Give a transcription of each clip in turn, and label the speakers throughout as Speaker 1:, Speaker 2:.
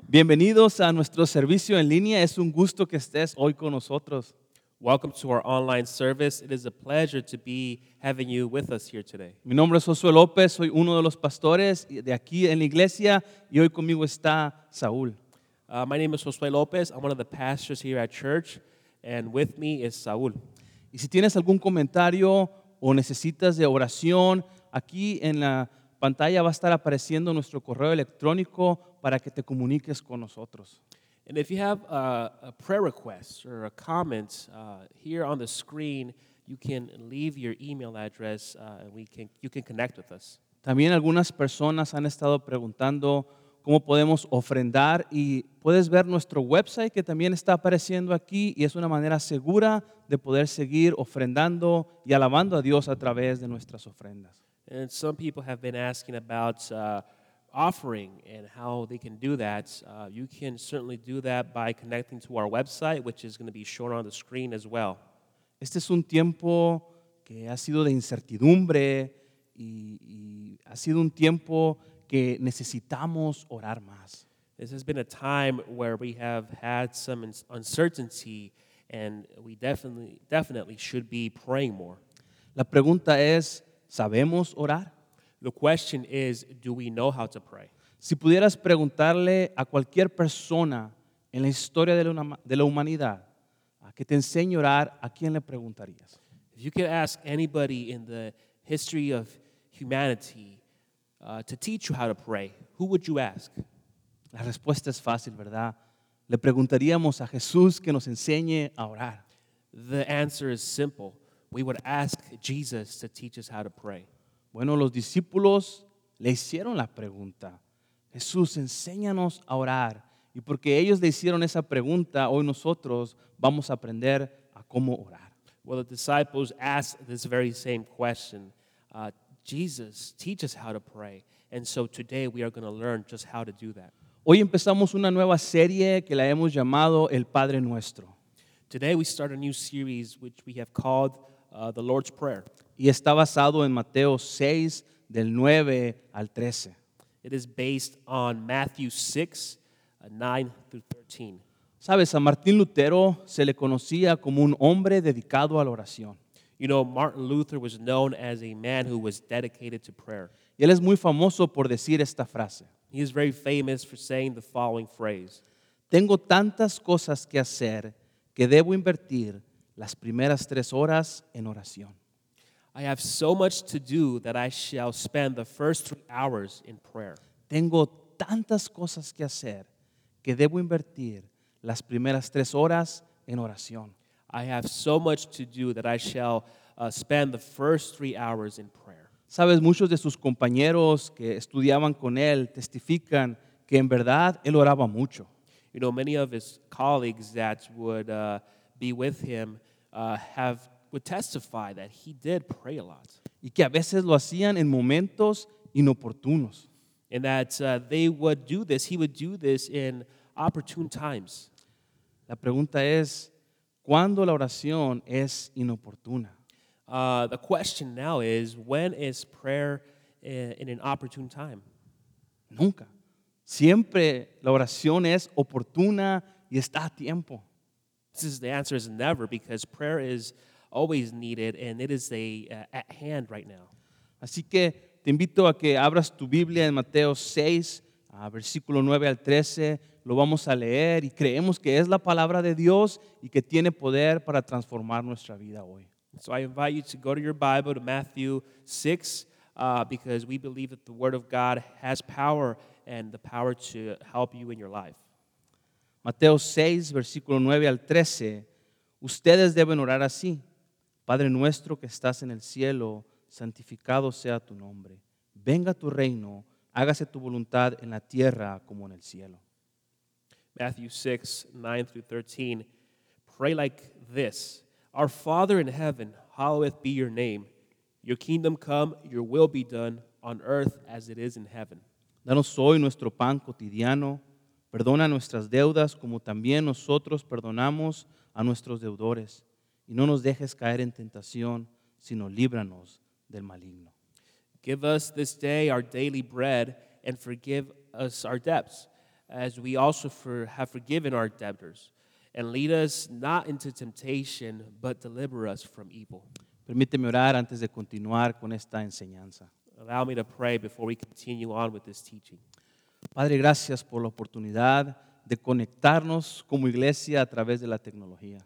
Speaker 1: Bienvenidos a nuestro servicio en línea. Es un gusto que estés hoy con nosotros.
Speaker 2: Welcome to our online service. It is a pleasure to be having you with us here today.
Speaker 1: Mi nombre es Josué López, soy uno de los pastores de aquí en la iglesia y hoy conmigo está Saúl.
Speaker 2: Uh, my name is Josue Lopez. I'm one of the pastors here at church, and with me is Saul.
Speaker 1: Y si tienes algún comentario o necesitas de oración, aquí en la pantalla va a estar apareciendo nuestro correo electrónico para que te comuniques con nosotros.
Speaker 2: And if you have uh, a prayer request or a comment uh, here on the screen, you can leave your email address, uh, and we can you can connect with us.
Speaker 1: También algunas personas han estado preguntando cómo podemos ofrendar y puedes ver nuestro website que también está apareciendo aquí y es una manera segura de poder seguir ofrendando y alabando a Dios a través de nuestras ofrendas.
Speaker 2: And some people have been asking about uh, offering and how they can do that. Uh, you can certainly do that by connecting to our website, which is going to be shown on the screen as well.
Speaker 1: Este es un tiempo que ha sido de incertidumbre y, y ha sido un tiempo que necesitamos orar más.
Speaker 2: This has been a time where we have had some ins- uncertainty, and we definitely definitely should be praying more.
Speaker 1: La pregunta es, ¿sabemos orar?
Speaker 2: The question is, do we know how to pray?
Speaker 1: Si pudieras preguntarle a cualquier persona en la historia de la, huma- de la humanidad a que te enseñe a orar, ¿a quién le preguntarías?
Speaker 2: If you could ask anybody in the history of humanity uh, to teach you how to pray, who would you ask?
Speaker 1: La respuesta es fácil, ¿verdad? Le preguntaríamos a Jesús que nos enseñe a orar.
Speaker 2: The answer is simple. We would ask Jesus to teach us how to pray.
Speaker 1: Bueno, los discípulos le hicieron la pregunta, Jesús, enséñanos a orar. Y porque ellos le hicieron esa pregunta, hoy nosotros vamos a aprender a cómo orar.
Speaker 2: Well, the disciples asked this very same question uh, Jesus, teach us how to pray. And so today we are going to learn just how to do that.
Speaker 1: Hoy empezamos una nueva serie que la hemos llamado El Padre Nuestro.
Speaker 2: Today we start a new series which we have called uh, the Lord's Prayer.
Speaker 1: Y está basado en Mateo 6, del 9 al 13.
Speaker 2: It is based on Matthew 6, uh, 9 through 13.
Speaker 1: Sabes, a Martín Lutero se le conocía como un hombre dedicado a la oración.
Speaker 2: You know, Martin Luther was known as a man who was dedicated to prayer.
Speaker 1: Y él es muy famoso por decir esta frase.
Speaker 2: He is very famous for saying the following phrase
Speaker 1: Tengo tantas cosas que hacer que debo invertir las primeras tres horas en oración.
Speaker 2: I have so much to do that I shall spend the first three hours in prayer.
Speaker 1: Tengo tantas cosas que hacer que debo invertir las primeras tres horas en oración.
Speaker 2: I have so much to do that I shall uh, spend the first three hours in prayer.
Speaker 1: Sabes, muchos de sus compañeros que estudiaban con él testifican que en verdad él oraba mucho.
Speaker 2: You know, many of his colleagues that would uh, be with him uh, have would testify that he did pray a lot,
Speaker 1: y que a veces lo hacían en momentos inoportunos.
Speaker 2: and that uh, they would do this. He would do this in opportune times.
Speaker 1: La pregunta es, ¿cuándo la oración es inoportuna?
Speaker 2: Uh, the question now is, when is prayer i- in an opportune time?
Speaker 1: Nunca. Siempre la oración es oportuna y está a tiempo.
Speaker 2: This is the answer is never because prayer is always needed and it is a uh, at hand right now.
Speaker 1: Así que te invito a que abras tu Biblia en Mateo 6, a versículo 9 al 13. Lo vamos a leer y creemos que es la palabra de Dios y que tiene poder para transformar nuestra vida hoy.
Speaker 2: So I invite you to go to your Bible to Matthew 6 uh, because we believe that the Word of God has power and the power to help you in your life.
Speaker 1: Mateo 6, versículo 9 al 13, ustedes deben orar así. Padre nuestro que estás en el cielo, santificado sea tu nombre. Venga tu reino, hágase tu voluntad en la tierra como en el cielo.
Speaker 2: Matthew 6, 9 through 13. Pray like this Our Father in heaven, hallowed be your name. Your kingdom come, your will be done on earth as it is in heaven.
Speaker 1: Danos hoy nuestro pan cotidiano. Perdona nuestras deudas como también nosotros perdonamos a nuestros deudores. Y no nos dejes caer en tentación, sino líbranos del maligno.
Speaker 2: Give us this day our daily bread, and forgive us our debts, as we also for, have forgiven our debtors. And lead us not into temptation, but deliver us from evil.
Speaker 1: Permíteme orar antes de continuar con esta enseñanza.
Speaker 2: Allow me to pray before we continue on with this teaching.
Speaker 1: Padre, gracias por la oportunidad de conectarnos como iglesia a través de la tecnología.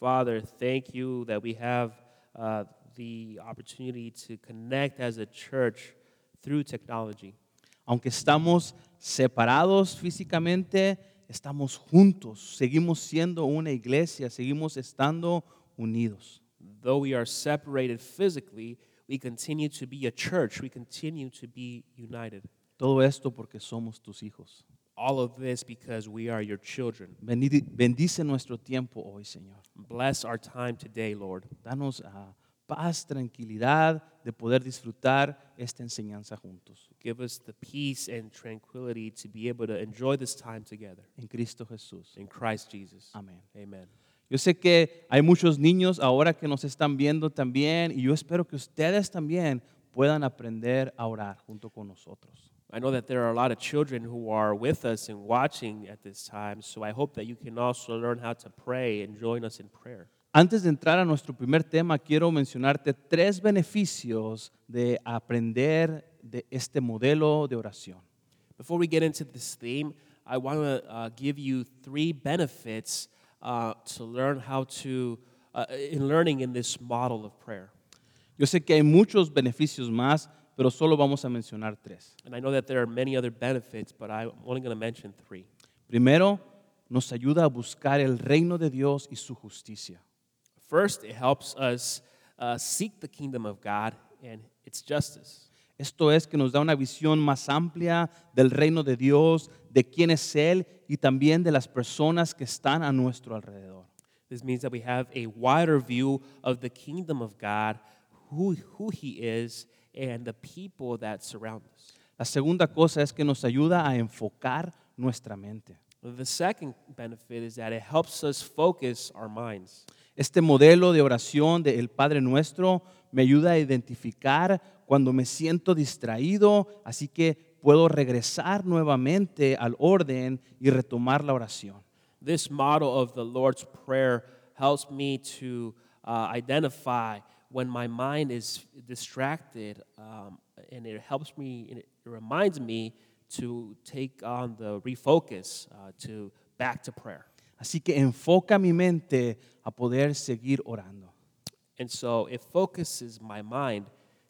Speaker 2: Father, thank you that we have uh, the opportunity to connect as a church through technology.
Speaker 1: Aunque estamos separados físicamente, estamos juntos, seguimos siendo una iglesia, seguimos estando unidos.
Speaker 2: Though we are separated physically, we continue to be a church, we continue to be united.
Speaker 1: Todo esto porque somos tus hijos.
Speaker 2: All of this because we are your children.
Speaker 1: Bendí- Bendice nuestro tiempo hoy, Señor.
Speaker 2: Bless our time today, Lord.
Speaker 1: Danos ah, paz, tranquilidad de poder disfrutar esta enseñanza juntos.
Speaker 2: Give us the peace and tranquility to be able to enjoy this time together.
Speaker 1: En Cristo Jesús.
Speaker 2: In Christ Jesus.
Speaker 1: Amén.
Speaker 2: Amen.
Speaker 1: Yo sé que hay muchos niños ahora que nos están viendo también y yo espero que ustedes también puedan aprender a orar junto con nosotros.
Speaker 2: I know that there are a lot of children who are with us and watching at this time, so I hope that you can also learn how to pray and join us in prayer.
Speaker 1: Antes de entrar a nuestro primer tema, quiero mencionarte tres beneficios de aprender de este modelo de oración.
Speaker 2: Before we get into this theme, I want to uh, give you three benefits uh, to learn how to, uh, in learning in this model of prayer.
Speaker 1: Yo sé que hay muchos beneficios más, pero solo vamos a mencionar tres.
Speaker 2: And I know that there are many other benefits, but I'm only going to mention three.
Speaker 1: Primero, nos ayuda a buscar el reino de Dios y su justicia.
Speaker 2: First, it helps us uh, seek the kingdom of God and its justice.
Speaker 1: Esto es que nos da una visión más amplia del reino de Dios, de quién es Él y también de las personas que están a nuestro alrededor.
Speaker 2: This means that we have a wider view of the kingdom of God, who, who He is, and the people that surround us.
Speaker 1: La segunda cosa es que nos ayuda a enfocar nuestra mente.
Speaker 2: The second benefit is that it helps us focus our minds.
Speaker 1: Este modelo de oración del Padre Nuestro me ayuda a identificar cuando me siento distraído, así que puedo regresar nuevamente al orden y retomar la oración.
Speaker 2: This model of the Lord's Prayer helps me to uh, identify when my mind is distracted, um, and it helps me, and it reminds me to take on the refocus uh, to back to prayer.
Speaker 1: Así que enfoca mi mente a poder seguir orando.
Speaker 2: And so it focuses my mind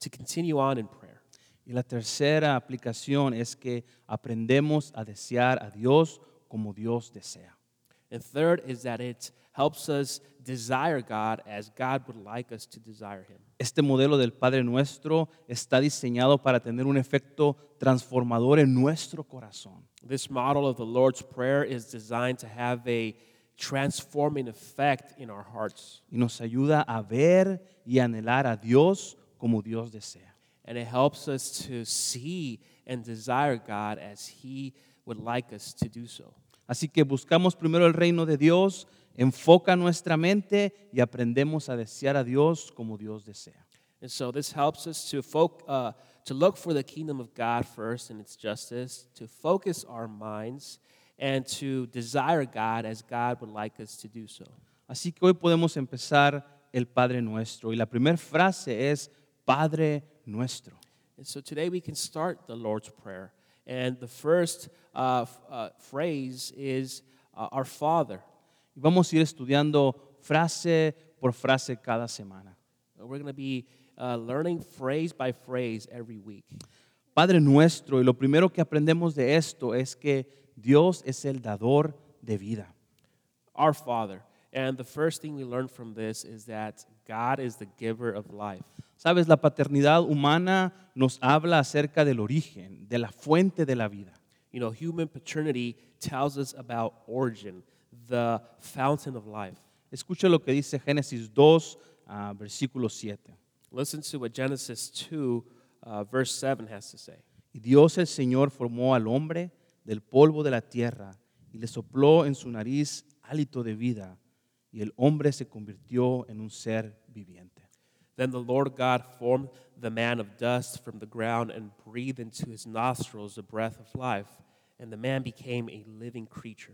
Speaker 2: to continue on in prayer.
Speaker 1: Y la tercera aplicación es que aprendemos a desear a Dios como Dios desea.
Speaker 2: And third is that it helps us desire God as God would like us to desire Him.
Speaker 1: Este modelo del Padre Nuestro está diseñado para tener un efecto transformador en nuestro corazón.
Speaker 2: This model of the Lord's Prayer is designed to have a transforming effect in our hearts,
Speaker 1: y nos ayuda a ver y anhelar a Dios como Dios desea.
Speaker 2: and it helps us to see and desire God as He would like us to do so.
Speaker 1: Así que buscamos primero el reino de Dios, enfoca nuestra mente y aprendemos a desear a Dios como Dios desea.
Speaker 2: And so this helps us to, foc- uh, to look for the kingdom of God first and its justice, to focus our minds, and to desire God as God would like us to do so.
Speaker 1: Así que hoy podemos empezar el Padre Nuestro y la primera frase es Padre Nuestro.
Speaker 2: And so today we can start the Lord's Prayer. And the first uh, f- uh, phrase is uh, Our Father.
Speaker 1: Y vamos a ir estudiando frase por frase cada semana.
Speaker 2: We're going to be uh, learning phrase by phrase every week.
Speaker 1: Padre Nuestro, y lo primero que aprendemos de esto es que Dios es el dador de vida.
Speaker 2: Our Father. And the first thing we learn from this is that God is the giver of life.
Speaker 1: Sabes, la paternidad humana nos habla acerca del origen, de la fuente de la vida.
Speaker 2: You know, human paternity tells us about origin, the fountain of life.
Speaker 1: Escucha lo que dice Génesis 2, ah, versículo 7.
Speaker 2: Listen to what Genesis 2, uh, verse 7 has to say.
Speaker 1: Y Dios el Señor formó al hombre del polvo de la tierra y le sopló en su nariz hálito de vida y el hombre se convirtió en un ser viviente.
Speaker 2: Then the Lord God formed the man of dust from the ground and breathed into his nostrils the breath of life, and the man became a living creature.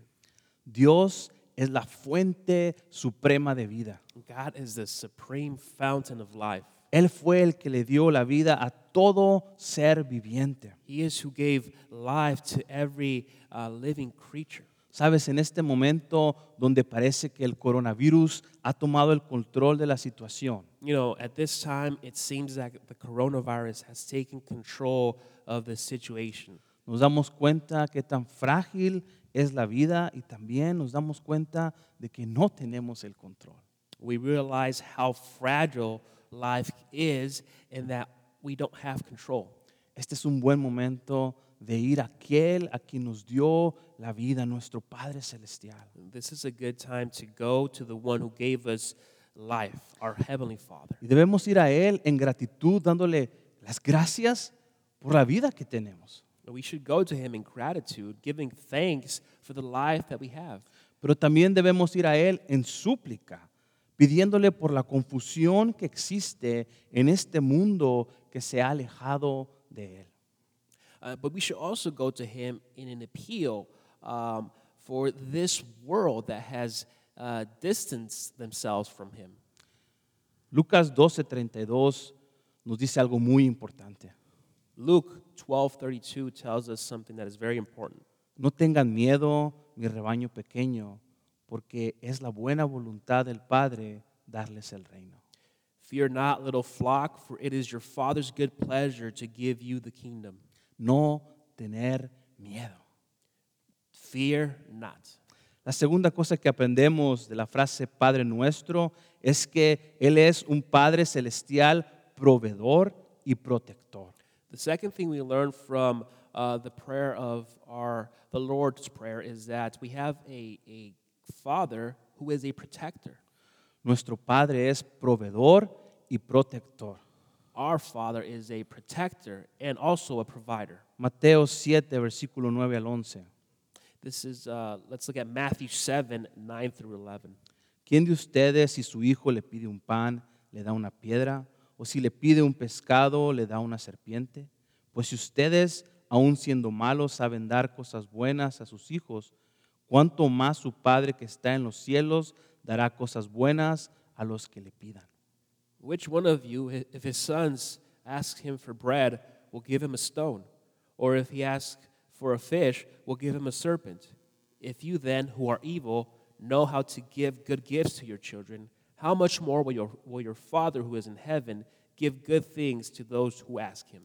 Speaker 1: Dios es la fuente suprema de vida.
Speaker 2: God is the supreme fountain of life.
Speaker 1: Él fue el que le dio la vida a todo ser viviente.
Speaker 2: He is who gave life to every uh, living creature.
Speaker 1: Sabes, en este momento donde parece que el coronavirus ha tomado el control de la situación,
Speaker 2: You know, at this time, it seems that the coronavirus has taken control of the situation.
Speaker 1: nos damos cuenta que tan frágil es la vida y también nos damos cuenta de que no tenemos el control.
Speaker 2: We realize how fragile life is and that we don't have control.
Speaker 1: Este es un buen momento de ir a aquel a quien nos dio la vida, nuestro Padre Celestial.
Speaker 2: This is a good time to go to the one who gave us life, our Heavenly Father.
Speaker 1: Y debemos ir a Él en gratitud, dándole las gracias por la vida que tenemos.
Speaker 2: We should go to Him in gratitude, giving thanks for the life that we have.
Speaker 1: Pero también debemos ir a Él en súplica, pidiéndole por la confusión que existe en este mundo que se ha alejado de Él.
Speaker 2: Uh, but we should also go to Him in an appeal um, for this world that has uh, distanced themselves from Him.
Speaker 1: Lucas 12:32 nos dice algo muy importante.
Speaker 2: Luke 12:32 tells us something that is very important.
Speaker 1: No tengan miedo, mi rebaño pequeño, porque es la buena voluntad del Padre darles el reino.
Speaker 2: Fear not, little flock, for it is your Father's good pleasure to give you the kingdom.
Speaker 1: No tener miedo.
Speaker 2: Fear not.
Speaker 1: La segunda cosa que aprendemos de la frase Padre nuestro es que Él es un Padre celestial proveedor y protector.
Speaker 2: The second thing we learn from uh, the prayer of our the Lord's prayer is that we have a, a Father who is a protector.
Speaker 1: Nuestro Padre es proveedor y protector.
Speaker 2: Our Father is a protector and also a provider.
Speaker 1: Mateo 7, versículo 9 al 11.
Speaker 2: This is uh, let's look at Matthew seven nine through eleven.
Speaker 1: ¿Quién de ustedes si su hijo le pide un pan, le da una piedra? ¿O si le pide un pescado, le da una serpiente? Pues si ustedes, aun siendo malos, saben dar cosas buenas a sus hijos, ¿cuánto más su Padre que está en los cielos dará cosas buenas a los que le pidan?
Speaker 2: Which one of you, i- if his sons ask him for bread, will give him a stone? Or if he asks for a fish, will give him a serpent? If you then, who are evil, know how to give good gifts to your children, how much more will your, will your Father who is in heaven give good things to those who ask him?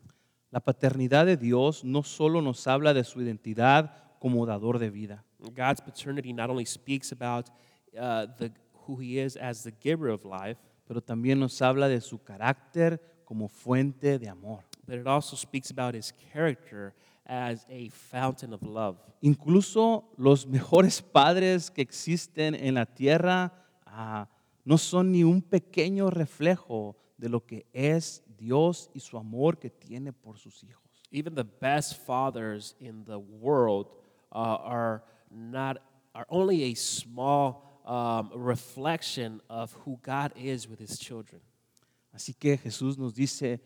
Speaker 1: La paternidad de Dios no solo nos habla de su identidad como dador de vida,
Speaker 2: God's paternity not only speaks about uh, the, who he is as the giver of life,
Speaker 1: pero también nos habla de su carácter como fuente de amor.
Speaker 2: but it also speaks about his character as a fountain of love.
Speaker 1: Incluso los mejores padres que existen en la tierra ah, no son ni un pequeño reflejo de lo que es Dios y su amor que tiene por sus hijos.
Speaker 2: even the best fathers in the world uh, are not are only a small um, reflection of who God is with His children.
Speaker 1: Así que Jesús nos dice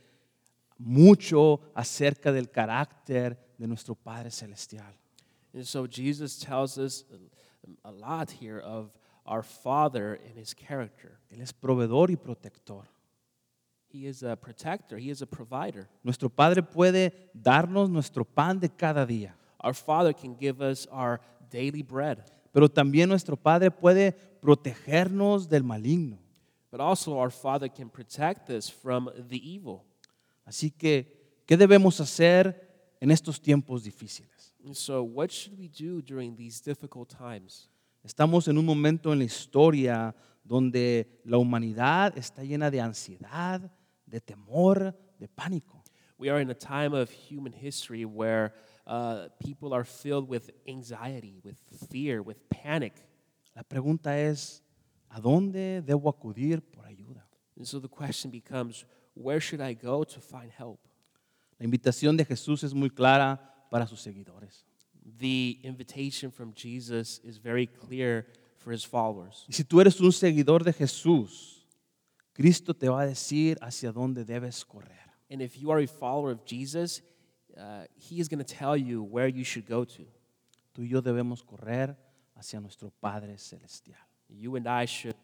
Speaker 1: mucho acerca del carácter de nuestro Padre Celestial.
Speaker 2: And so Jesus tells us a lot here of our Father and His character.
Speaker 1: Él es proveedor y protector.
Speaker 2: He is a protector. He is a provider.
Speaker 1: Nuestro Padre puede darnos nuestro pan de cada día,
Speaker 2: Our Father can give us our daily bread,
Speaker 1: pero también nuestro Padre puede protegernos del maligno.
Speaker 2: but also our Father can protect us from the evil.
Speaker 1: Así que, ¿qué debemos hacer en estos tiempos difíciles?
Speaker 2: And so, what should we do during these difficult times?
Speaker 1: Estamos en un momento en la historia donde la humanidad está llena de ansiedad, de temor, de pánico.
Speaker 2: We are in a time of human history where uh, people are filled with anxiety, with fear, with panic.
Speaker 1: La pregunta es, ¿a dónde debo acudir por ayuda?
Speaker 2: And so the question becomes where should I go to find help?
Speaker 1: La invitación de Jesús es muy clara para sus seguidores.
Speaker 2: The invitation from Jesus is very clear for his followers.
Speaker 1: Y si tú eres un seguidor de Jesús, Cristo te va a decir hacia dónde debes correr.
Speaker 2: And if you are a follower of Jesus, uh, he is going to tell you where you should go to.
Speaker 1: Tú y yo debemos correr hacia nuestro Padre Celestial.
Speaker 2: You and I should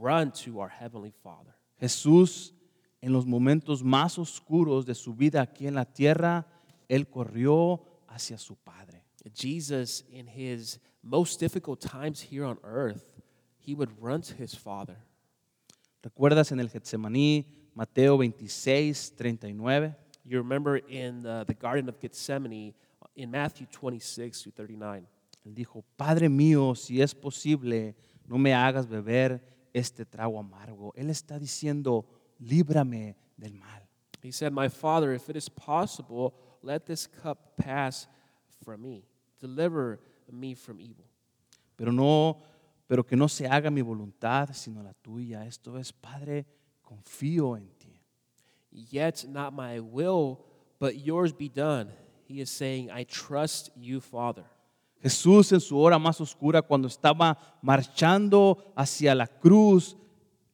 Speaker 2: run to our Heavenly Father.
Speaker 1: Jesús, en los momentos más oscuros de su vida aquí en la tierra, Él corrió hacia su Padre.
Speaker 2: Jesus, in his most difficult times here on earth, he would run to his Father.
Speaker 1: ¿Recuerdas en el Getsemaní, Mateo 26, 39?
Speaker 2: You remember in the, the Garden of Gethsemane uh, in Matthew 26 to 39.
Speaker 1: Él dijo, Padre mío, si es posible, no me hagas beber este trago amargo. Él está diciendo, líbrame del mal.
Speaker 2: He said, My Father, if it is possible, let this cup pass from me. Deliver me from evil.
Speaker 1: Pero no, pero que no se haga mi voluntad, sino la tuya. Esto es, Padre, confío en ti.
Speaker 2: Yet not my will, but yours be done. He is saying, I trust you, Father.
Speaker 1: Jesús en su hora más oscura, cuando estaba marchando hacia la cruz,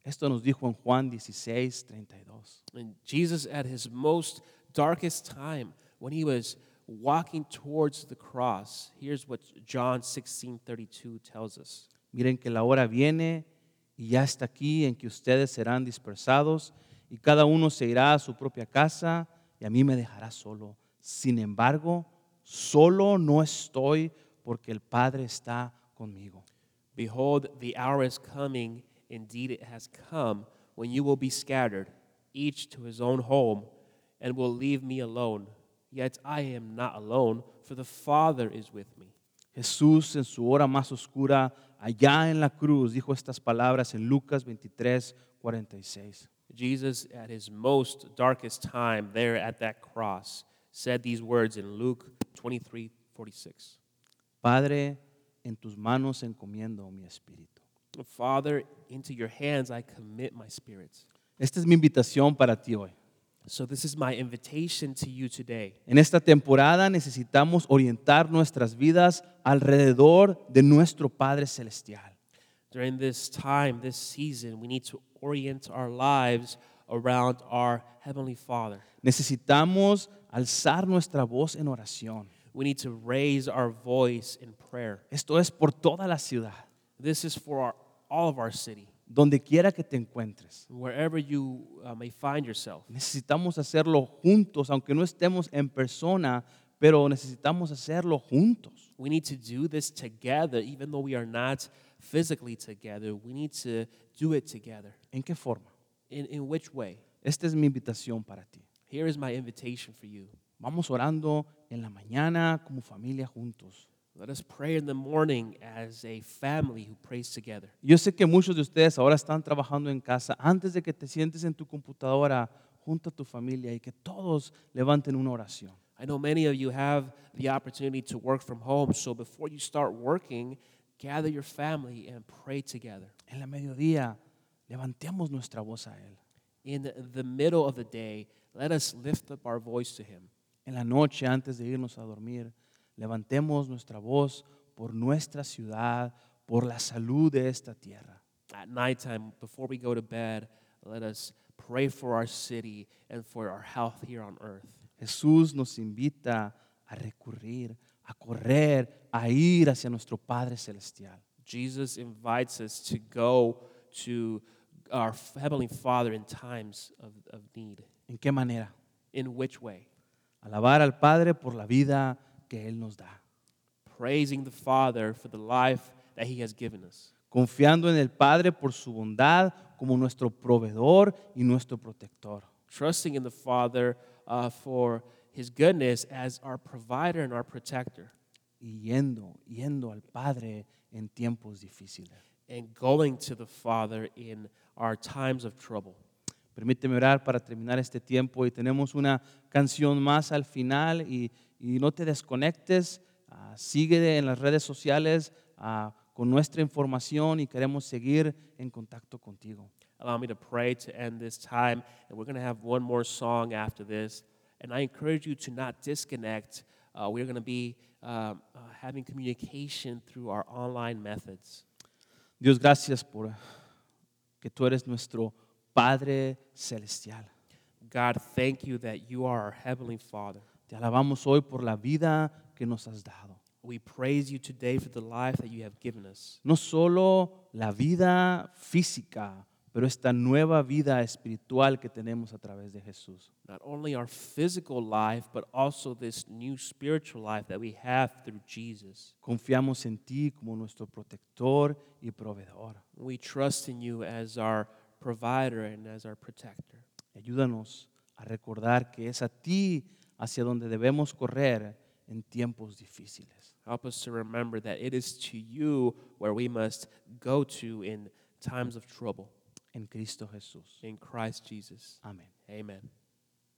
Speaker 1: esto nos dijo en Juan 16, 32.
Speaker 2: And Jesus, at his most darkest time, when he was walking towards the cross, here's what John 16 32 tells us.
Speaker 1: Miren que la hora viene y ya está aquí en que ustedes serán dispersados y cada uno se irá a su propia casa y a mí me dejará solo. Sin embargo, solo no estoy porque el Padre está conmigo.
Speaker 2: Behold, the hour is coming, indeed it has come, when you will be scattered, each to his own home, and will leave me alone. Yet I am not alone, for the Father is with me.
Speaker 1: Jesús en su hora más oscura, allá en la cruz, dijo estas palabras en Lucas 23, 46.
Speaker 2: Jesus, at his most darkest time, there at that cross, said these words in Luke 23 46.
Speaker 1: Padre, en tus manos encomiendo mi espíritu.
Speaker 2: Father, into your hands I commit my spirit.
Speaker 1: Esta es mi invitación para ti hoy.
Speaker 2: So, this is my invitation to you today.
Speaker 1: En esta temporada necesitamos orientar nuestras vidas alrededor de nuestro Padre Celestial.
Speaker 2: During this time, this season, we need to orient our lives around our Heavenly Father.
Speaker 1: Necesitamos alzar nuestra voz en oración.
Speaker 2: We need to raise our voice in prayer.
Speaker 1: Esto es por toda la ciudad,
Speaker 2: This is for our, all of our city,
Speaker 1: donde quiera que te encuentres.
Speaker 2: wherever you uh, may find yourself.
Speaker 1: Necesitamos hacerlo juntos, aunque no estemos en persona, pero necesitamos hacerlo juntos.
Speaker 2: We need to do this together, even though we are not physically together. We need to do it together.
Speaker 1: ¿En qué forma?
Speaker 2: In, in which way?
Speaker 1: Esta es mi invitación para ti.
Speaker 2: Here is my invitation for you.
Speaker 1: Vamos orando en la mañana como familia juntos.
Speaker 2: Let us pray in the morning as a family who prays together.
Speaker 1: Yo sé que muchos de ustedes ahora están trabajando en casa. Antes de que te sientes en tu computadora, junta a tu familia y que todos levanten una oración.
Speaker 2: I know many of you have the opportunity to work from home, so before you start working, gather your family and pray together.
Speaker 1: En la mediodía, levantemos nuestra voz a Él.
Speaker 2: In the middle of the day, let us lift up our voice to Him.
Speaker 1: En la noche, antes de irnos a dormir, levantemos nuestra voz por nuestra ciudad, por la salud de esta tierra.
Speaker 2: At nighttime, before we go to bed, let us pray for our city and for our health here on earth.
Speaker 1: Jesús nos invita a recurrir, a correr, a ir hacia nuestro Padre Celestial.
Speaker 2: Jesus invites us to go to our Heavenly Father in times of, of need.
Speaker 1: ¿En qué manera?
Speaker 2: In which way?
Speaker 1: Alabar al Padre por la vida que Él nos da.
Speaker 2: Praising the Father for the life that He has given us.
Speaker 1: confiando en el Padre por su bondad como nuestro proveedor y nuestro protector.
Speaker 2: trusting in the Father uh, for His goodness as our provider and our protector,
Speaker 1: Y yendo, yendo al Padre en tiempos difíciles.
Speaker 2: and going to the Father in our times of trouble.
Speaker 1: Permíteme orar para terminar este tiempo y tenemos una canción más al final y, y no te desconectes, ah, sigue en las redes sociales ah, con nuestra información y queremos seguir en contacto contigo.
Speaker 2: Allow me to pray to end this time, and we're going to have one more song after this. And I encourage you to not disconnect. Uh, we're going to be um, uh, having communication through our online methods.
Speaker 1: Dios, gracias por que tú eres nuestro Padre Celestial.
Speaker 2: God, thank you that you are our Heavenly Father.
Speaker 1: Te alabamos hoy por la vida que nos has dado.
Speaker 2: We praise you today for the life that you have given us.
Speaker 1: No solo la vida física, pero esta nueva vida espiritual que tenemos a través de Jesús.
Speaker 2: Not only our physical life, but also this new spiritual life that we have through Jesus.
Speaker 1: Confiamos en ti como nuestro protector y proveedor.
Speaker 2: We trust in you as our provider and as our protector.
Speaker 1: Ayúdanos a recordar que es a ti hacia donde debemos correr en tiempos difíciles.
Speaker 2: Help us to remember that it is to you where we must go to in times of trouble.
Speaker 1: En Cristo Jesús.
Speaker 2: In Christ Jesus.
Speaker 1: Amén.
Speaker 2: Amen.